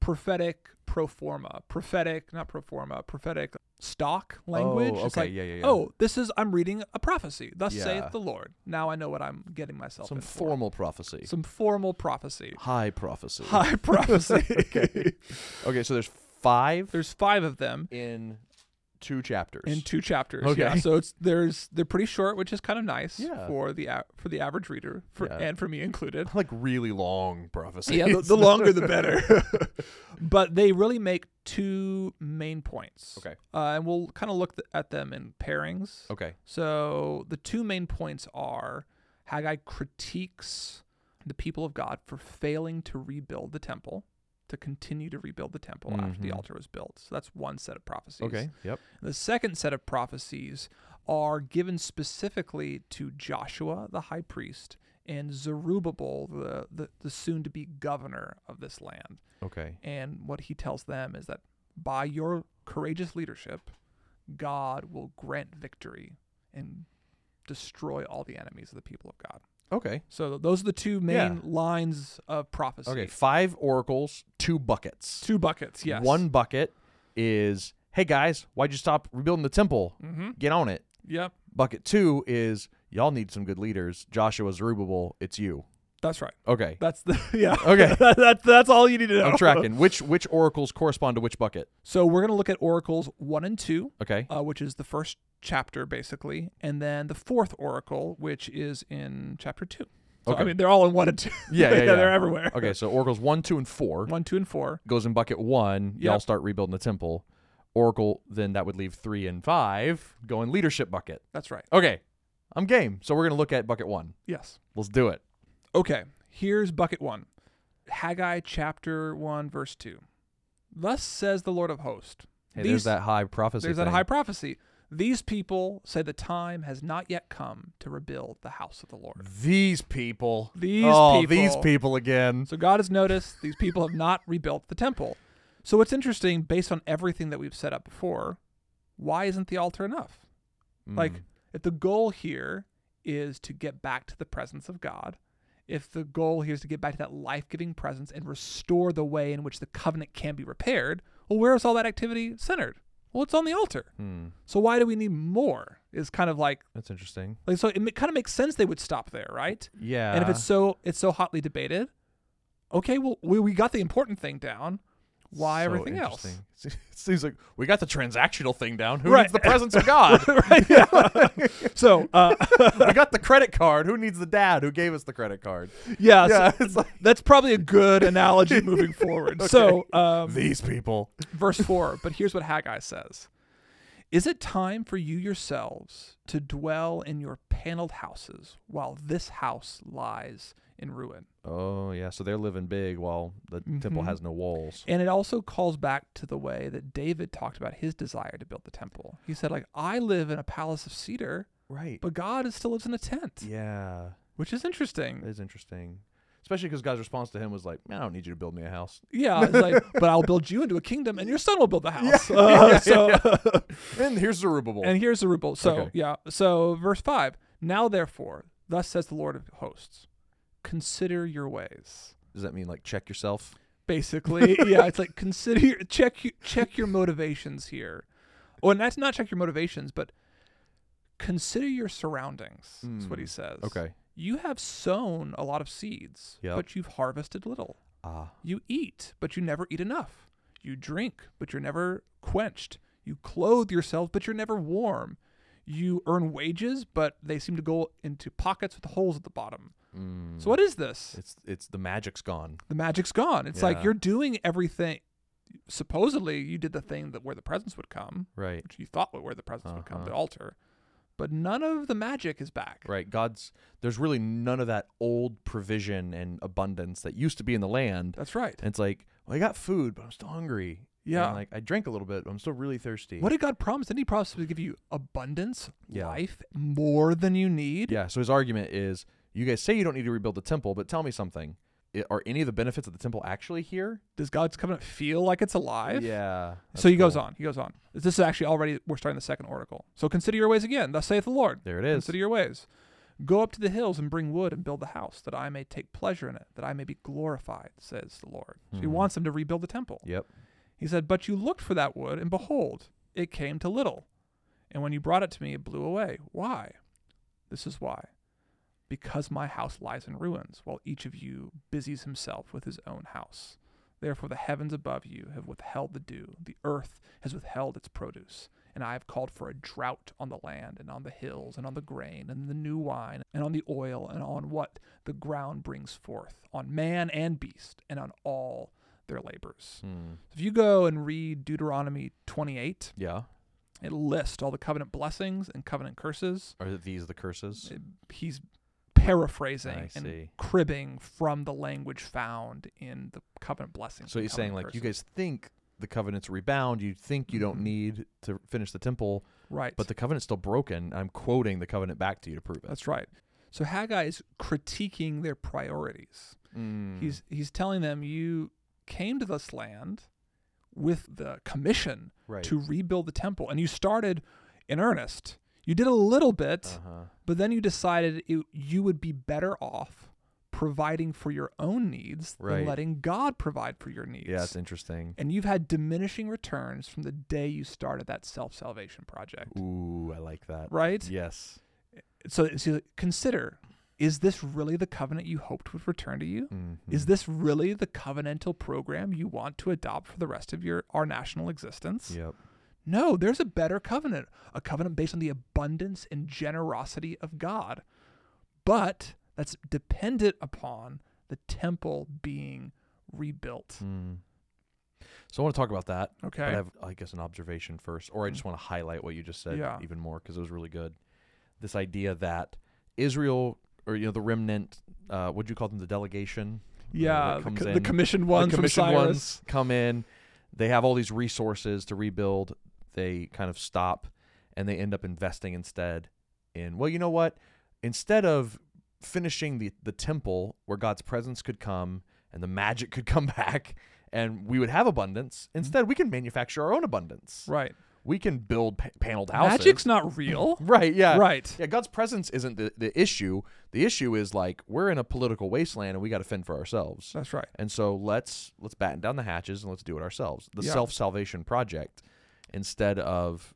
prophetic pro forma, prophetic, not pro forma, prophetic stock language.
Oh,
It's
okay,
like,
yeah, yeah, yeah.
oh, this is, I'm reading a prophecy. Thus
Yeah.
saith the Lord. Now I know what I'm getting myself
Some
in for.
formal prophecy.
Some formal prophecy.
High prophecy.
High prophecy.
okay. Okay, so there's five
There's five of them
in two chapters.
in two chapters.
Okay.
Yeah. So it's there's they're pretty short, which is kind of nice
Yeah.
for the a- for the average reader for,
Yeah.
and for me included.
like really long prophecy.
Yeah, the, the longer the better. but they really make two main points.
Okay.
Uh, and we'll kind of look th- at them in pairings.
Okay.
So the two main points are Haggai critiques the people of God for failing to rebuild the temple, to continue to rebuild the temple after the
Mhm.
altar was built. So that's one set of prophecies.
Okay. Yep.
The second set of prophecies are given specifically to Joshua, the high priest, and Zerubbabel, the, the, the soon to be governor of this land.
Okay.
And what he tells them is that by your courageous leadership, God will grant victory and destroy all the enemies of the people of God.
Okay.
So those are the two main
Yeah.
lines of prophecy.
Okay. Five oracles, two buckets.
Two buckets, yes.
One bucket is, hey guys, why'd you stop rebuilding the temple?
Mhm.
Get on it.
Yep.
Bucket two is, y'all need some good leaders. Joshua Zerubbabel, it's you.
That's right.
Okay.
That's the yeah.
Okay.
that, that- that's all you need to know.
I'm tracking. Which which oracles correspond to which bucket?
So we're going to look at oracles 1 and 2,
Okay.
uh, which is the first chapter basically, and then the fourth oracle, which is in chapter 2. So, I
Okay.
mean, they're all in 1 and 2.
Yeah, yeah,
They're
yeah.
everywhere.
Okay. So oracles one, two, and four
1, 2, and 4.
goes in bucket one.
Yep.
Y'all start rebuilding the temple. Oracle, then that would leave three and five go in leadership bucket.
That's right.
Okay. I'm game. So we're gonna look at bucket one.
Yes.
Let's do it.
Okay, here's bucket 1. Haggai chapter 1 verse 2. Thus says the Lord of hosts.
Hey,
these-
there's that high prophecy.
There's that
thing.
high prophecy. These people say the time has not yet come to rebuild the house of the Lord.
These people.
These
oh, these
people.
people again.
So God has noticed these people have not rebuilt the temple. So what's interesting, based on everything that we've set up before, why isn't the altar enough? Like,
Mm.
if the goal here is to get back to the presence of God, if the goal here is to get back to that life giving presence and restore the way in which the covenant can be repaired, well, where is all that activity centered? Well, it's on the altar.
Hmm.
So why do we need more? Is kind of like,
that's interesting.
like so it kind of makes sense they would stop there, right?
Yeah.
and if it's so it's so hotly debated okay well we, we got the important thing down why
So
everything else
interesting. It seems like we got the transactional thing down. Who
Right.
needs the presence of God?
right yeah. so uh,
we got the credit card. Who needs the dad who gave us the credit card?
yeah, so
Yeah, it's like-
that's probably a good analogy moving forward so um,
These people.
verse 4 but here's what haggai says is it time for you yourselves to dwell in your paneled houses while this house lies in ruin
Oh yeah, so they're living big while the temple
Mhm.
has no walls.
And it also calls back to the way that David talked about his desire to build the temple. He said, like, I live in a palace of cedar,
Right.
but God is still lives in a tent,
yeah,
which is
that
interesting.
is interesting. Especially because God's response to him was like, "Man, I don't need you to build me a house."
Yeah, it's like, but I'll build you into a kingdom, and your son will build the house. Uh, so,
And here's Zerubbabel.
and here's the rule. So,
Okay.
yeah. So, verse five. Now, therefore, thus says the Lord of hosts: consider your ways.
Does that mean like check yourself?
Basically, yeah, it's like consider your, check your, check your motivations here. Well, and that's not check your motivations, but consider your surroundings. Is what he says.
Hmm. Okay.
You have sown a lot of seeds,
Yep.
but you've harvested little.
Ah,
You eat, but you never eat enough. You drink, but you're never quenched. You clothe yourself, but you're never warm. You earn wages, but they seem to go into pockets with holes at the bottom.
Hmm.
So what is this?
it's it's the magic's gone.
The magic's gone. It's like
Yeah.
you're doing everything. Supposedly, you did the thing that where the presence would come,
Right.
which you thought where the presence would come,
Uh-huh.
the altar, but none of the magic is back.
Right. God's there's really none of that old provision and abundance that used to be in the land.
That's right.
And it's like, well, I got food, but I'm still hungry. And,
Yeah.
like I drank a little bit, but I'm still really thirsty.
What did God promise? Didn't He promise to give you abundance,
Yeah.
life, more than you need?
Yeah. So his argument is, you guys say you don't need to rebuild the temple, but tell me something. I- are any of the benefits of the temple actually here?
does God's covenant feel like it's alive?
Yeah.
So he
that's
goes
cool.
on. He goes on. This is actually already, we're starting the second oracle. So consider your ways again. Thus saith the Lord.
There it is.
Consider your ways. Go up to the hills and bring wood and build the house, that I may take pleasure in it, that I may be glorified, says the Lord. So he
Mhm.
wants them to rebuild the temple.
Yep.
He said, But you looked for that wood, and behold, it came to little. And when you brought it to me, it blew away. Why? This is why. Because my house lies in ruins, while each of you busies himself with his own house. Therefore, the heavens above you have withheld the dew, the earth has withheld its produce. And I have called for a drought on the land, and on the hills, and on the grain, and the new wine, and on the oil, and on what the ground brings forth, on man and beast, and on all their labors.
Hmm.
If you go and read Deuteronomy 28,
Yeah.
it lists all the covenant blessings and covenant curses.
Are these the curses?
He's paraphrasing
I
and
see.
cribbing from the language found in the covenant blessings.
So
and
he's saying like
covenant
you
curses.
guys think the covenant's rebound, you think you don't
Mhm.
need to finish the temple,
right?
but the covenant's still broken. I'm quoting the covenant back to you to prove it.
that's right. So Haggai is critiquing their priorities.
Mm.
He's he's telling them you came to this land with the commission
right.
to rebuild the temple, and you started in earnest. You did a little bit.
uh-huh.
But then you decided it, you would be better off providing for your own needs
Right.
than letting God provide for your needs.
Yeah, it's interesting.
and you've had diminishing returns from the day you started that self salvation project.
Ooh, I like that.
Right?
Yes.
So, so consider is this really the covenant you hoped would return to you?
Mm-hmm.
Is this really the covenantal program you want to adopt for the rest of your our national existence?
Yep.
No, there's a better covenant, a covenant based on the abundance and generosity of God. But that's dependent upon the temple being rebuilt.
Mm. So I want to talk about that.
Okay. Mm-hmm.
But I have, I guess, an observation first, or I just want to highlight what you just said
Yeah.
even more because it was really good. This idea that Israel, or you know, the remnant, uh, what do you call them, the delegation? uh,
yeah,
that
the,
comes
co- the
in.
commissioned ones
the commission
from Cyrus.
ones come in. They have all these resources to rebuild. They kind of stop, and they end up investing instead in well, you know what? Instead of finishing the the temple where God's presence could come and the magic could come back, and we would have abundance. Instead, we can manufacture our own abundance.
Mm-hmm. Right.
We can build pa- paneled houses.
Magic's not real.
Right, yeah.
Right.
Yeah, God's presence isn't the, the issue. The issue is like we're in a political wasteland and we got to fend for ourselves.
That's right.
And so let's let's batten down the hatches and let's do it ourselves. The
Yeah.
self salvation project instead of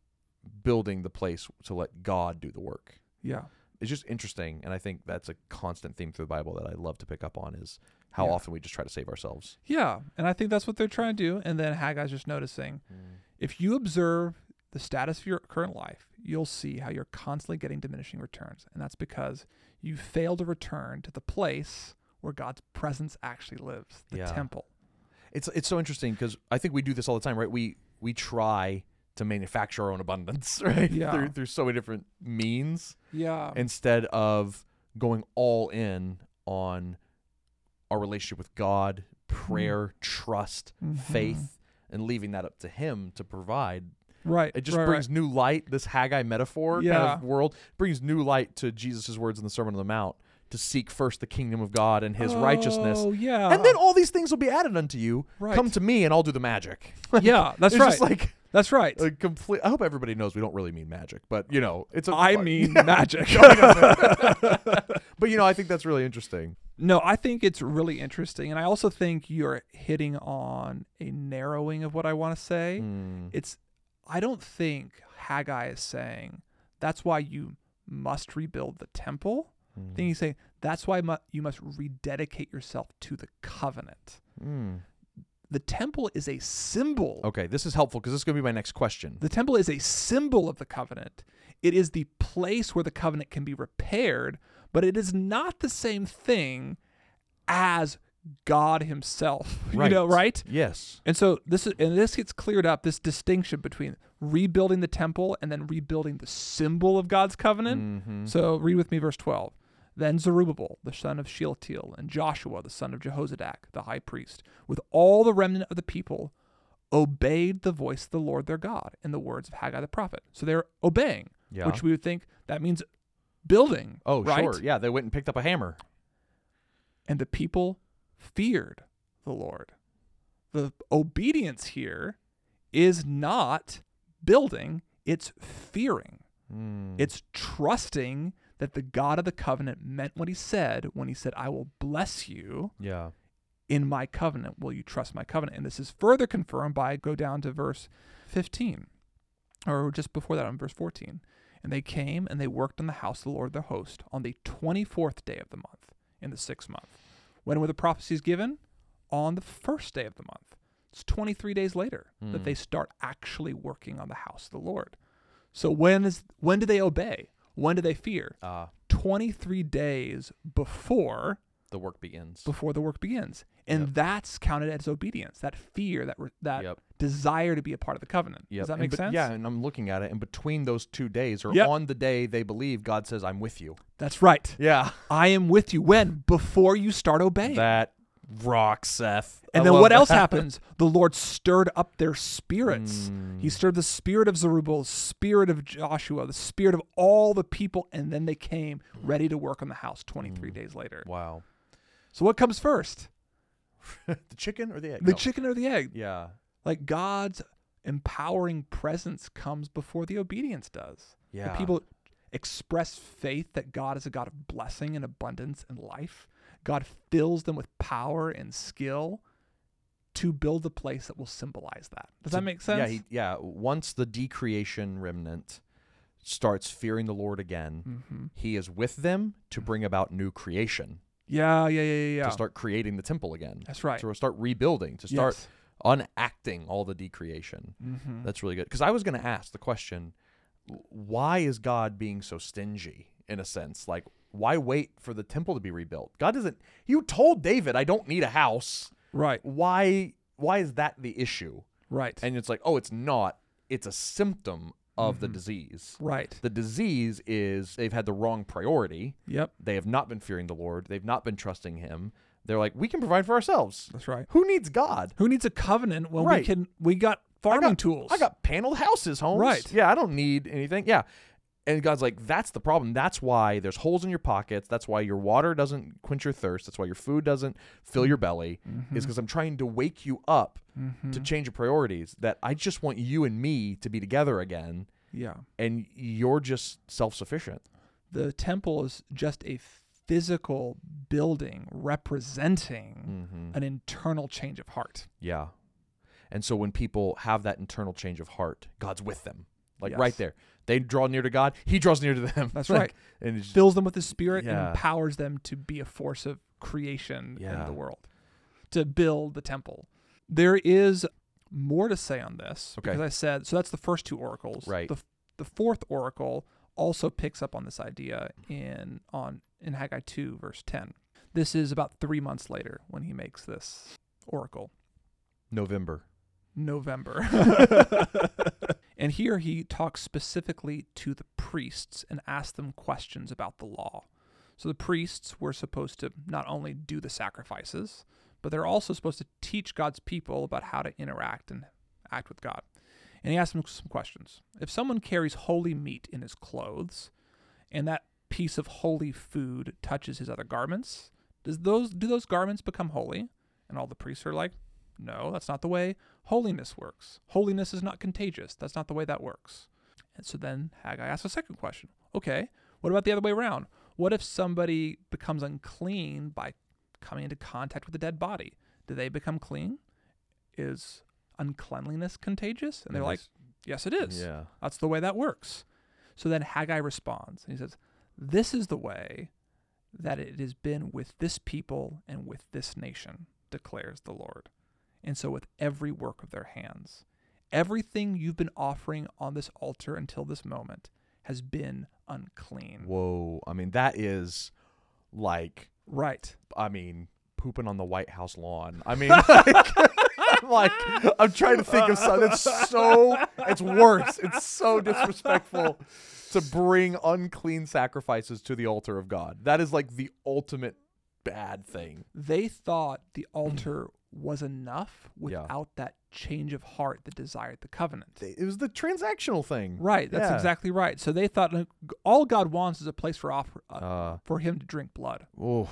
building the place to let God do the work.
Yeah.
It's just interesting and I think that's a constant theme through the Bible that I love to pick up on is how
Yeah.
often we just try to save ourselves.
Yeah. And I think that's what they're trying to do. And then Haggai's just noticing
Mm.
if you observe the status of your current life, you'll see how you're constantly getting diminishing returns. And that's because you fail to return to the place where God's presence actually lives, the
Yeah.
temple.
It's it's so interesting cuz I think we do this all the time, right? We we try to manufacture our own abundance, right?
Yeah.
through through so many different means.
Yeah.
instead of going all in on our relationship with God, prayer,
Mm-hmm.
trust, faith, and leaving that up to Him to provide.
right.
It just
right,
brings
right.
new light, this Haggai metaphor kind of
Yeah.
world, brings new light to Jesus' words in the Sermon on the Mount to seek first the kingdom of God and His righteousness.
Oh, yeah.
And then all these things will be added unto you.
Right.
Come to me and I'll do the magic.
Yeah, that's
it's
right.
just like
That's right.
A complete. I hope everybody knows we don't really mean magic, but you know, it's. a
I
but-
mean magic.
but you know, I think that's really interesting.
No, I think it's really interesting. And I also think you're hitting on a narrowing of what I want to say. It's, I don't think Haggai is saying that's why you must rebuild the temple. I think he's saying that's why mu- you must rededicate yourself to the covenant. The temple is a symbol.
Hmm. Okay, this is helpful because this is going to be my next question.
The temple is a symbol of the covenant. It is the place where the covenant can be repaired, but it is not the same thing as God Himself. You know, right?
Yes.
And so this is, and this gets cleared up. This distinction between rebuilding the temple and then rebuilding the symbol of God's covenant.
Mm-hmm.
So read with me, verse twelve. Then Zerubbabel, the son of Shealtiel, and Joshua, the son of Jehozadak, the high priest, with all the remnant of the people, obeyed the voice of the Lord their God and the words of Haggai the prophet. So they're obeying,
Yeah.
which we would think that means building.
Oh,
right?
sure. Yeah, they went and picked up a hammer.
and the people feared the Lord. The obedience here is not building, it's fearing.
Hmm.
It's trusting that the God of the covenant meant what he said when he said, I will bless you
Yeah.
in my covenant. Will you trust my covenant? And this is further confirmed by go down to verse 15, or just before that on verse 14. And they came and they worked on the house of the Lord their host on the 24th day of the month in the sixth month. When were the prophecies given? On the first day of the month. It's 23 days later that they start actually working on the house of the Lord. So when is when do they obey? When do they fear?
Uh,
23 days before
the work begins.
before the work begins. And that's counted as obedience, that fear, that re- that
Yep.
desire to be a part of the covenant.
Yep.
Does that
And
make
bet-
sense?
Yeah, and I'm looking at it, and between those two days, or
Yep.
on the day they believe, God says, "I'm with you."
That's right.
Yeah,
I am with you when? Before you start obeying.
that rocks, Seth. I
and then
love
what else
that.
happens? The Lord stirred up their spirits.
Mm.
He stirred the spirit of Zerubbabel, the spirit of Joshua, the spirit of all the people, and then they came ready to work on the house
Mm.
23 days later.
Wow,
So what comes first?
the chicken or the egg?
The
No.
chicken or the egg?
Yeah,
Like God's empowering presence comes before the obedience does. The
Yeah.
people express faith that God is a God of blessing and abundance and life. God fills them with power and skill to build the place that will symbolize that. Does that make sense?
Yeah, he, yeah. Once the decreation remnant starts fearing the Lord again,
Mm. Mm-hmm.
He is with them to bring about new creation,
yeah, yeah, yeah, Mm. yeah. yeah.
to start creating the temple again.
That's right.
To start rebuilding, to start
Yes. Mm-hmm.
unacting all the decreation. That's really good. Because I was going to ask the question, w- why is God being so stingy? In a sense, like why wait for the temple to be rebuilt? God doesn't. You told David, "I don't need a house."
right,
Why? Why is that the issue?
right,
and it's like oh it's not it's a symptom of the disease
right.
the disease is they've had the wrong priority
Yep,
they have not been fearing the lord they've not been trusting him they're like we can provide for ourselves
that's right.
who needs god
Who needs a covenant when we
Right.
can? We got
I
farming
got,
tools.
i got paneled houses homes
Right.
yeah i don't need anything yeah and god's like that's the problem that's why there's holes in your pockets that's why your water doesn't quench your thirst that's why your food doesn't fill
Mm-hmm.
your belly is because i'm trying to wake you up to
Mm-hmm.
change your priorities that i just want you and me to be together again
yeah.
and you're just self-sufficient.
the temple is just a physical building representing
Mm.
an internal change of heart.
Mm-hmm. Yeah. And so when people have that internal change of heart, God's with them. Like
Yes.
right there. They draw near to God, he draws near to them.
That's
Like,
right.
And it's
Fills them with his spirit and
Yeah.
empowers them to be a force of creation in
Yeah.
the world, to build the temple. There is more to say on this
Okay.
because I said so. That's the first two oracles.
Right.
The, the fourth oracle also picks up on this idea in on in Haggai two verse ten. This is about three months later when he makes this oracle.
November.
November. and here he talks specifically to the priests and asks them questions about the law. So the priests were supposed to not only do the sacrifices, but they're also supposed to teach God's people about how to interact and act with God. And he asks them some questions. If someone carries holy meat in his clothes, and that piece of holy food touches his other garments, does those do those garments become holy? And all the priests are like, No, that's not the way holiness works. Holiness is not contagious. That's not the way that works. And so then Haggai asks a second question. Okay, what about the other way around? What if somebody becomes unclean by coming into contact with a dead body? Do they become clean? Is uncleanliness contagious? And they're like,
Yes.
yes, it is.
Yeah.
That's the way that works. So then Haggai responds and he says, This is the way that it has been with this people and with this nation, declares the Lord. And so with every work of their hands, everything you've been offering on this altar until this moment has been unclean.
Whoa. I mean, that is like,
Right.
I mean, pooping on the White House lawn. I mean, like, I'm like, I'm trying to think of something. It's so, it's worse. It's so disrespectful to bring unclean sacrifices to the altar of God. That is like the ultimate bad thing.
They thought the altar was enough without that change of heart that desired the covenant.
It was the transactional thing.
Right, that's
Yeah.
exactly right. So they thought like, g- all God wants is a place for offer, uh,
Uh,
for him to drink blood.
oh,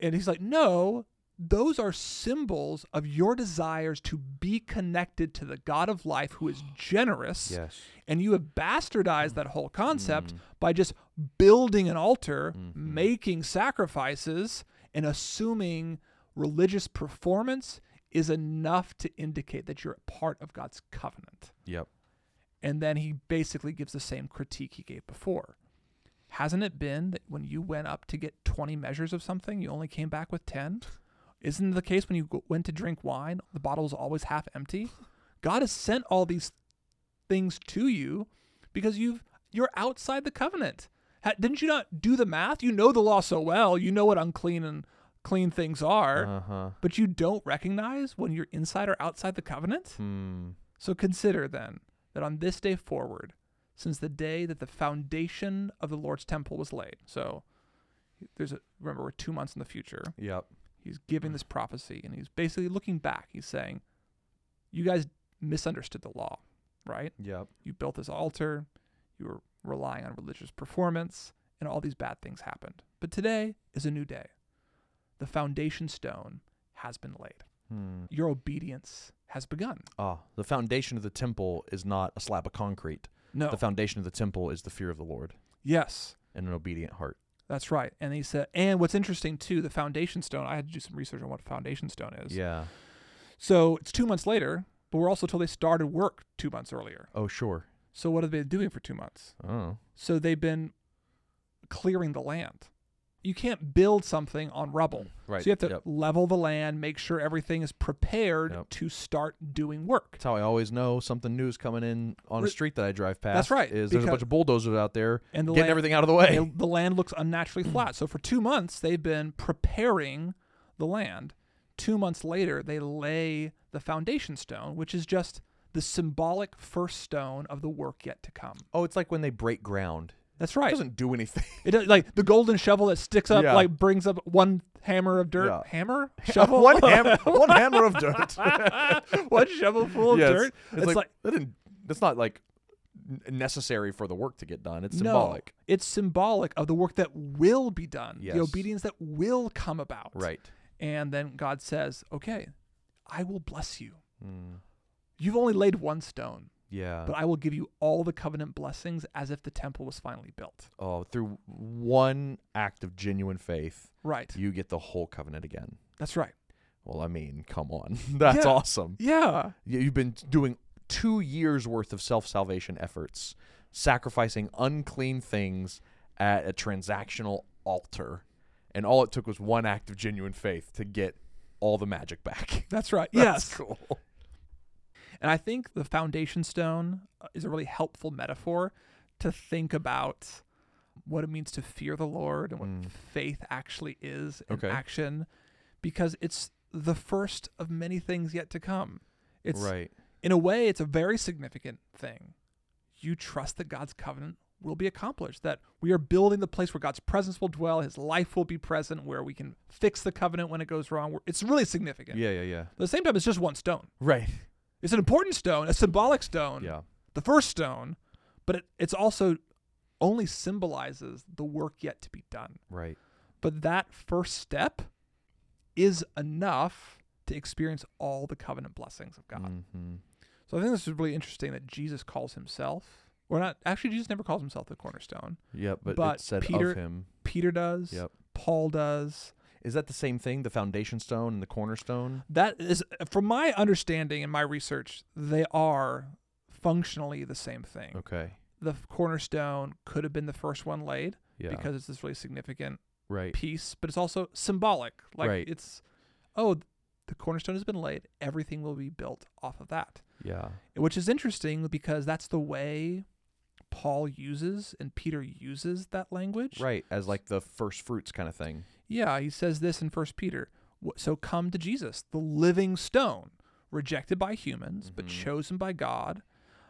And he's like, "No, those are symbols of your desires to be connected to the God of life who is generous."
yes.
And you have bastardized that whole concept by just building an altar, making sacrifices, and assuming religious performance is enough to indicate that you're a part of God's covenant.
Yep.
And then he basically gives the same critique he gave before. Hasn't it been that when you went up to get 20 measures of something, you only came back with 10? Isn't it the case when you go- went to drink wine, the bottle was always half empty? God has sent all these things to you because you've you're outside the covenant. Ha- didn't you not do the math? You know the law so well. You know what unclean and clean things are,
Uh huh.
but you don't recognize when you're inside or outside the covenant?
Hmm.
So consider then that on this day forward, since the day that the foundation of the Lord's temple was laid, so there's a remember we're two months in the future.
Yep.
He's giving this prophecy, and he's basically looking back. He's saying, "You guys misunderstood the law, right?
Yep.
You built this altar, you were relying on religious performance, and all these bad things happened. But today is a new day. The foundation stone has been laid.
Hmm.
Your obedience has begun."
Ah, the foundation of the temple is not a slab of concrete.
No.
The foundation of the temple is the fear of the Lord
yes.
and an obedient heart.
That's right. And he said, and what's interesting too, the foundation stone, I had to do some research on what foundation stone is.
Yeah.
So it's two months later, but we're also told they started work two months earlier.
Oh, sure.
So what have they been doing for two months?
Oh.
So they've been clearing the land. You can't build something on rubble.
Right.
So you have to
Yep.
level the land, make sure everything is prepared
Yep.
to start doing work.
That's how I always know something new is coming in on a
Re-
street that I drive past.
right,
Is there's a
because-
bunch of bulldozers out there
And the
getting
land-
everything out of the way. Mm.
And the land looks unnaturally flat. So for two months, they've been preparing the land. Two months later, they lay the foundation stone, which is just the symbolic first stone of the work yet to come.
Oh, it's like when they break ground.
That's
It
right.
doesn't do anything.
It does, like the golden shovel that sticks up,
Yeah.
like brings up one hammer of dirt.
Yeah.
Hammer shovel.
one hammer. One hammer of dirt.
one shovel full of
Yes.
dirt.
It's, like, that didn't, that's not like n- necessary for the work to get done. It's symbolic.
No, it's symbolic of the work that will be done,
Yes.
the obedience that will come about.
Right.
And then God says, Okay, I will bless you. You've only laid one stone,
Hmm. Yeah.
but I will give you all the covenant blessings as if the temple was finally built.
oh, through one act of genuine faith,
Right.
you get the whole covenant again.
That's right.
Well, I mean, come on. That's
Yeah.
awesome.
Yeah.
Y- You've been doing two years worth of self salvation efforts, sacrificing unclean things at a transactional altar. And all it took was one act of genuine faith to get all the magic back.
That's right.
That's
yes.
cool.
And I think the foundation stone uh, is a really helpful metaphor to think about what it means to fear the Lord and what faith actually is in
Mm. Okay.
action, because it's the first of many things yet to come. It's in a way, it's a very significant thing. You trust that God's covenant will be accomplished, that we are building the place where God's presence will dwell, his life will be present, where we can fix the covenant when it goes wrong. It's really significant.
Yeah, yeah, yeah.
At the same time, it's just one stone.
Right.
It's an important stone, a symbolic stone,
Yeah.
the first stone, but it, it's also only symbolizes the work yet to be done.
Right.
But that first step is enough to experience all the covenant blessings of God.
Mhm.
So I think this is really interesting that Jesus calls himself, or not, actually, Jesus never calls himself the cornerstone.
Yep, but,
But
it said
Peter-
of him.
Peter does,
Yep.
Paul does.
Is that the same thing? The foundation stone and the cornerstone?
That is, from my understanding and my research, they are functionally the same thing.
Okay.
The cornerstone could have been the first one laid
Yeah.
because it's this really significant
right.
piece, but it's also symbolic. Like
Right.
it's, oh, the cornerstone has been laid. Everything will be built off of that,
Yeah.
which is interesting because that's the way Paul uses and Peter uses that language.
Right. As like the first fruits kind of thing.
Yeah, he says this in First Peter. "Wh- So come to Jesus, the living stone, rejected by humans but
Mm-hmm.
chosen by God,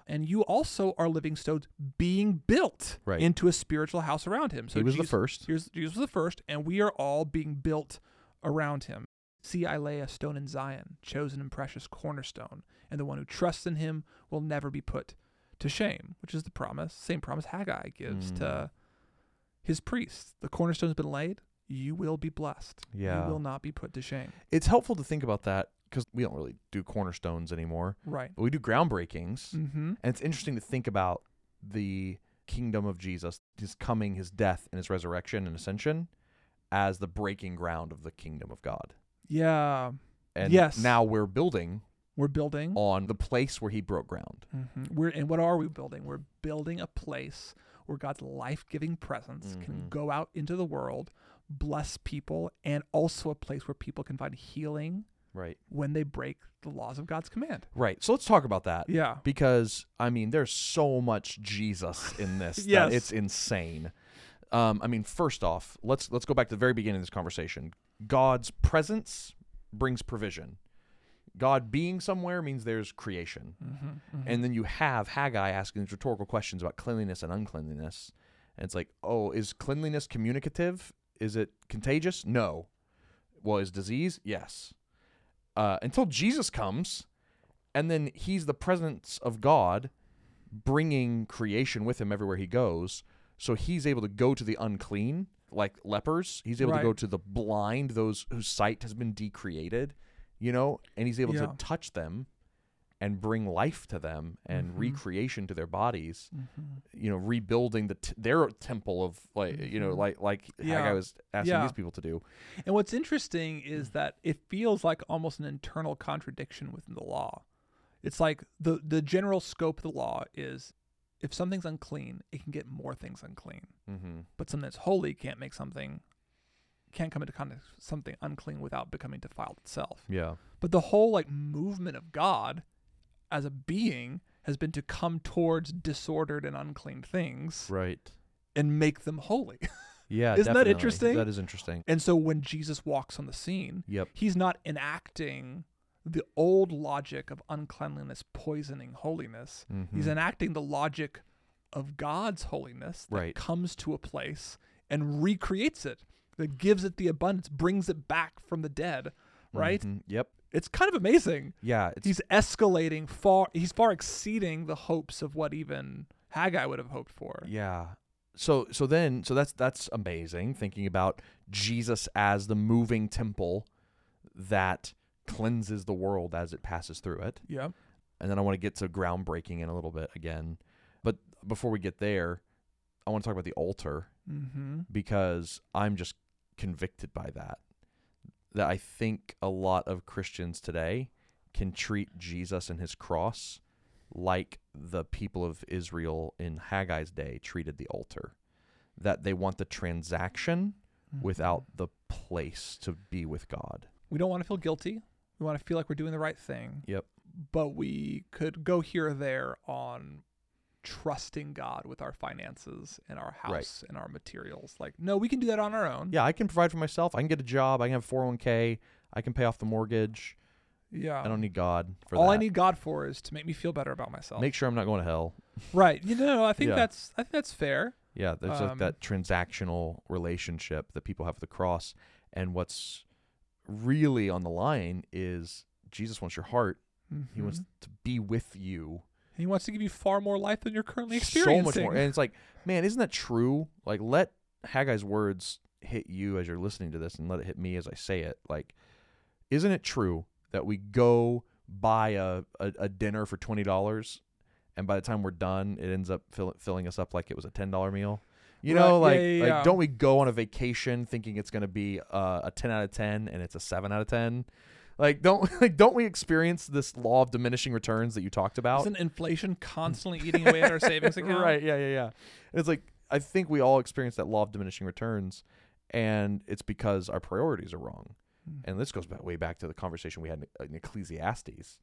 and you also are living stones being built
Right.
into a spiritual house around him. So
he was
Jesus,
the first.
Here's, Jesus was the first, and we are all being built around him. See, I lay a stone in Zion, chosen and precious cornerstone, and the one who trusts in him will never be put to shame, which is the promise, same promise Haggai gives to his priests. The cornerstone has been laid. You will be blessed.
Yeah.
You will not be put to shame.
It's helpful to think about that because we don't really do cornerstones anymore,
Right.
but we do groundbreakings.
Mm-hmm.
And it's interesting to think about the kingdom of Jesus, his coming, his death, and his resurrection and ascension as the breaking ground of the kingdom of God.
Yeah.
And
Yes.
now we're building
We're building.
on the place where he broke ground.
Mhm. We're and what are we building? We're building a place where God's life-giving presence can
Mhm.
go out into the world, bless people, and also a place where people can find healing
Right.
when they break the laws of God's command.
Right. So let's talk about that.
Yeah.
Because I mean, there's so much Jesus in this
Yes.
that it's insane. Um, I mean, first off, let's let's go back to the very beginning of this conversation. God's presence brings provision. God being somewhere means there's creation,
Mm-hmm,
and then you have Haggai asking these rhetorical questions about cleanliness and uncleanliness, and it's like, oh, is cleanliness communicative? Is it contagious? No. Well, is disease? Yes. Uh, until Jesus comes, and then he's the presence of God bringing creation with him everywhere he goes. So he's able to go to the unclean, like lepers. He's able
Right.
to go to the blind, those whose sight has been decreated, you know, and he's able
Yeah.
to touch them and bring life to them and
Mm-hmm.
recreation to their bodies, you know, rebuilding the t- their temple of like, you know, like like
Mm-hmm. Yeah.
Haggai was asking
Yeah.
these people to do.
And what's interesting is that it feels like almost an internal contradiction within the law. It's like the the general scope of the law is if something's unclean, it can get more things unclean.
Mm-hmm.
but something that's holy can't make something can't come into contact with something unclean without becoming defiled itself.
Yeah.
But the whole like movement of God as a being has been to come towards disordered and unclean things
Right.
and make them holy.
Yeah.
Isn't that
definitely.
interesting?
That is interesting.
and so when Jesus walks on the scene,
Yep.
he's not enacting the old logic of uncleanliness poisoning holiness.
Mm-hmm.
He's enacting the logic of God's holiness that
Right.
comes to a place and recreates it, that gives it the abundance, brings it back from the dead, right?
Mhm. Yep.
It's kind of amazing.
Yeah. It's,
He's escalating far, he's far exceeding the hopes of what even Haggai would have hoped for.
yeah. So so then so that's that's amazing thinking about Jesus as the moving temple that cleanses the world as it passes through it.
Yeah.
And then I want to get to groundbreaking in a little bit again. But before we get there, I want to talk about the altar
Mm-hmm.
because I'm just convicted by that. That I think a lot of Christians today can treat Jesus and his cross like the people of Israel in Haggai's day treated the altar. That they want the transaction without the place to be with God.
Mm-hmm. We don't want to feel guilty. We want to feel like we're doing the right thing.
Yep.
but we could go here or there on trusting God with our finances and our house
Right.
and our materials. Like, no, we can do that on our own.
Yeah, I can provide for myself. I can get a job. I can have 401k. I can pay off the mortgage.
Yeah.
I don't need God for
All
that.
I need God for is to make me feel better about myself.
Make sure I'm not going to hell.
right. You know, I think
Yeah.
that's I think that's fair.
Yeah, there's like
Um,
that transactional relationship that people have with the cross, and what's really on the line is Jesus wants your heart. He wants
Mhm.
to be with you
He wants to give you far more life than you're currently
so
experiencing.
much more. And it's like, man, isn't that true? Like, let Haggai's words hit you as you're listening to this, and let it hit me as I say it. Like, isn't it true that we go buy a, a, a dinner for twenty dollars, and by the time we're done, it ends up fill, filling us up like it was a ten dollar meal. You know,
Right,
like
yeah, yeah,
like
yeah.
don't we go on a vacation thinking it's going to be uh, a ten out of ten and it's a seven out of ten? Like don't like don't we experience this law of diminishing returns that you talked about?
Isn't inflation constantly eating away at our savings account?
Right. Yeah. Yeah. Yeah. And it's like I think we all experience that law of diminishing returns, and it's because our priorities are wrong.
Hmm.
And this goes back, way back to the conversation we had in, in Ecclesiastes,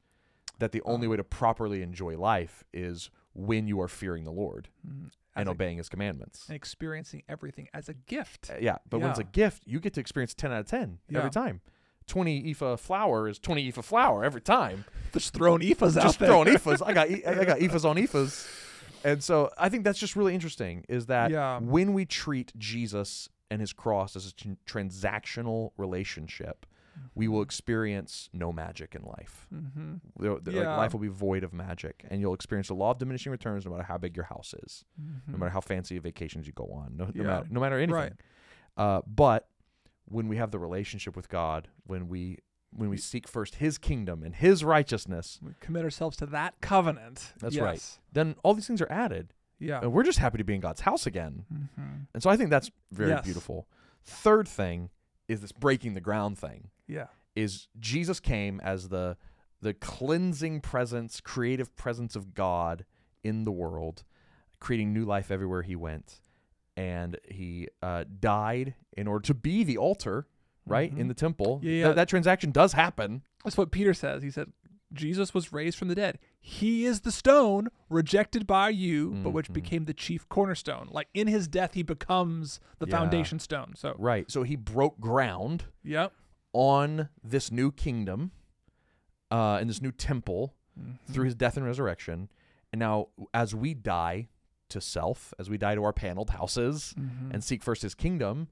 that the
Uh-huh.
only way to properly enjoy life is when you are fearing the Lord
Mm,
and
as a-
obeying His commandments.
and experiencing everything as a gift.
Uh, Yeah. But when it's a
Yeah.
gift, you get to experience ten out of ten
Yeah.
every time. Twenty E ephah flour is twenty E ephah flour every time.
Just throwing ephas out
just
there.
throwing ephas. I got e- I got ephas on ephas, and so I think that's just really interesting. Is that
Yeah.
when we treat Jesus and His cross as a tran- transactional relationship, we will experience no magic in life.
Mm-hmm.
There- there-
Yeah.
Like life will be void of magic, and you'll experience the law of diminishing returns, no matter how big your house is, no matter how fancy of vacations you go on, no, no
Mm-hmm. Yeah.
matter no matter anything.
Right.
Uh, but when we have the relationship with God, when we when we seek first His kingdom and His righteousness,
Mm-hmm. We commit ourselves to that covenant.
That's right.
Yes.
then all these things are added.
Yeah.
And we're just happy to be in God's house again.
Mm-hmm.
And so I think that's very
Yes.
beautiful. Third thing is this breaking the ground thing.
Yeah.
Is Jesus came as the the cleansing presence, creative presence of God in the world, creating new life everywhere he went. And he uh, died in order to be the altar, right? In
Mhm.
the temple.
Yeah,
Th-
yeah.
that transaction does happen.
That's what Peter says. He said, Jesus was raised from the dead. He is the stone rejected by you, but which
Mhm.
became the chief cornerstone. Like in his death, he becomes the
Yeah.
foundation stone. So,
Right. So he broke ground.
yep.
on this new kingdom uh, and this new temple
Mm-hmm.
through his death and resurrection. And now, as we die to self, as we die to our paneled houses
Mm-hmm.
and seek first his kingdom,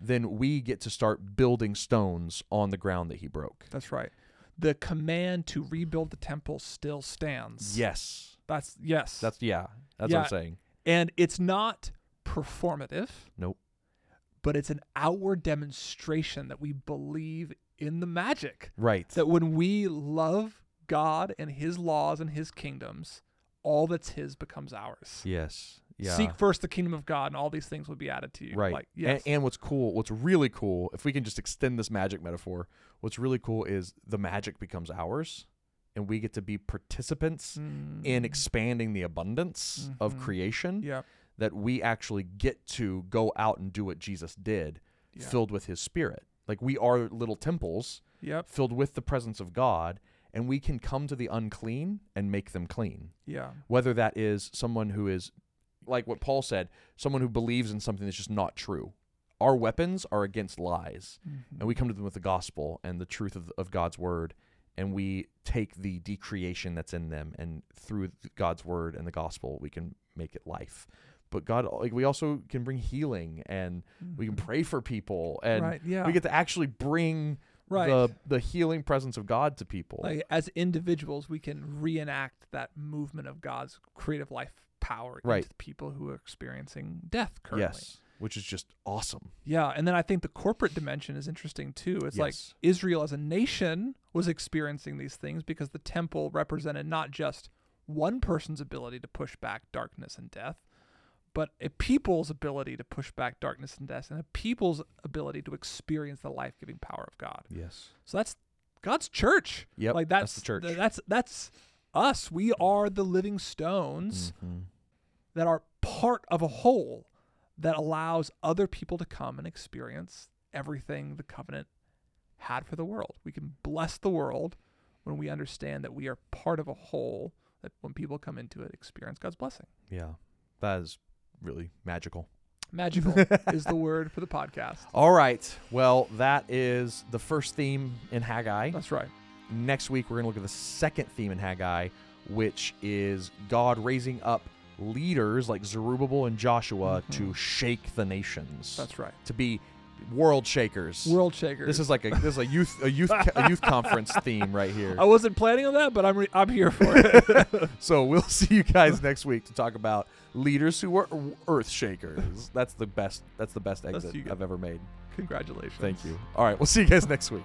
then we get to start building stones on the ground that he broke.
That's right. The command to rebuild the temple still stands.
Yes.
That's, yes.
That's, yeah, that's what I'm
Yeah.
saying.
and it's not performative.
Nope.
but it's an outward demonstration that we believe in the magic.
Right.
That when we love God and His laws and His kingdoms, all that's His becomes ours.
yes. Yeah.
Seek first the kingdom of God, and all these things will be added to you.
Right.
Like,
A-
yes.
and, what's cool, what's really cool, if we can just extend this magic metaphor, what's really cool is the magic becomes ours and we get to be participants in expanding the abundance of
Mhm.
creation
Mm. yeah.
that we actually get to go out and do what Jesus did,
Yeah.
filled with his spirit. Like we are little temples
Yep.
filled with the presence of God, and we can come to the unclean and make them clean
Yeah.
whether that is someone who is like what Paul said, someone who believes in something that's just not true. Our weapons are against lies,
Mm-hmm.
and we come to them with the gospel and the truth of, of God's word, and we take the decreation that's in them, and through th- God's word and the gospel, we can make it life. But God, like we also can bring healing, and we can pray for people, and
Mm-hmm. Right, yeah.
we get to actually bring
Right.
the the healing presence of God to people.
Like as individuals, we can reenact that movement of God's creative life power
Right.
into the people who are experiencing death currently.
yes, which is just awesome.
Yeah, and then I think the corporate dimension is interesting too. It's like
Yes.
Israel as a nation was experiencing these things because the temple represented not just one person's ability to push back darkness and death, but a people's ability to push back darkness and death and a people's ability to experience the life-giving power of God.
Yes.
So that's God's church.
Yep,
like
that's
that's,
the church.
th- that's that's us. We are the living
Mm.
stones
Mm-hmm.
that are part of a whole that allows other people to come and experience everything the covenant had for the world. We can bless the world when we understand that we are part of a whole that when people come into it experience God's blessing.
Yeah, that is really magical.
Magical is the word for the podcast.
All right. Well, that is the first theme in Haggai.
That's right.
Next week, we're going to look at the second theme in Haggai, which is God raising up leaders like Zerubbabel and Joshua to shake the nations.
Mm-hmm. That's right.
To be world shakers.
World shakers.
This is like a this is a youth a youth a youth conference theme right here.
I wasn't planning on that, but I'm re- I'm here for it.
So we'll see you guys next week to talk about leaders who were earth shakers. That's the best. That's the best
That's
exit
you guys.
I've ever made.
Congratulations.
Thank you. All right, we'll see you guys next week.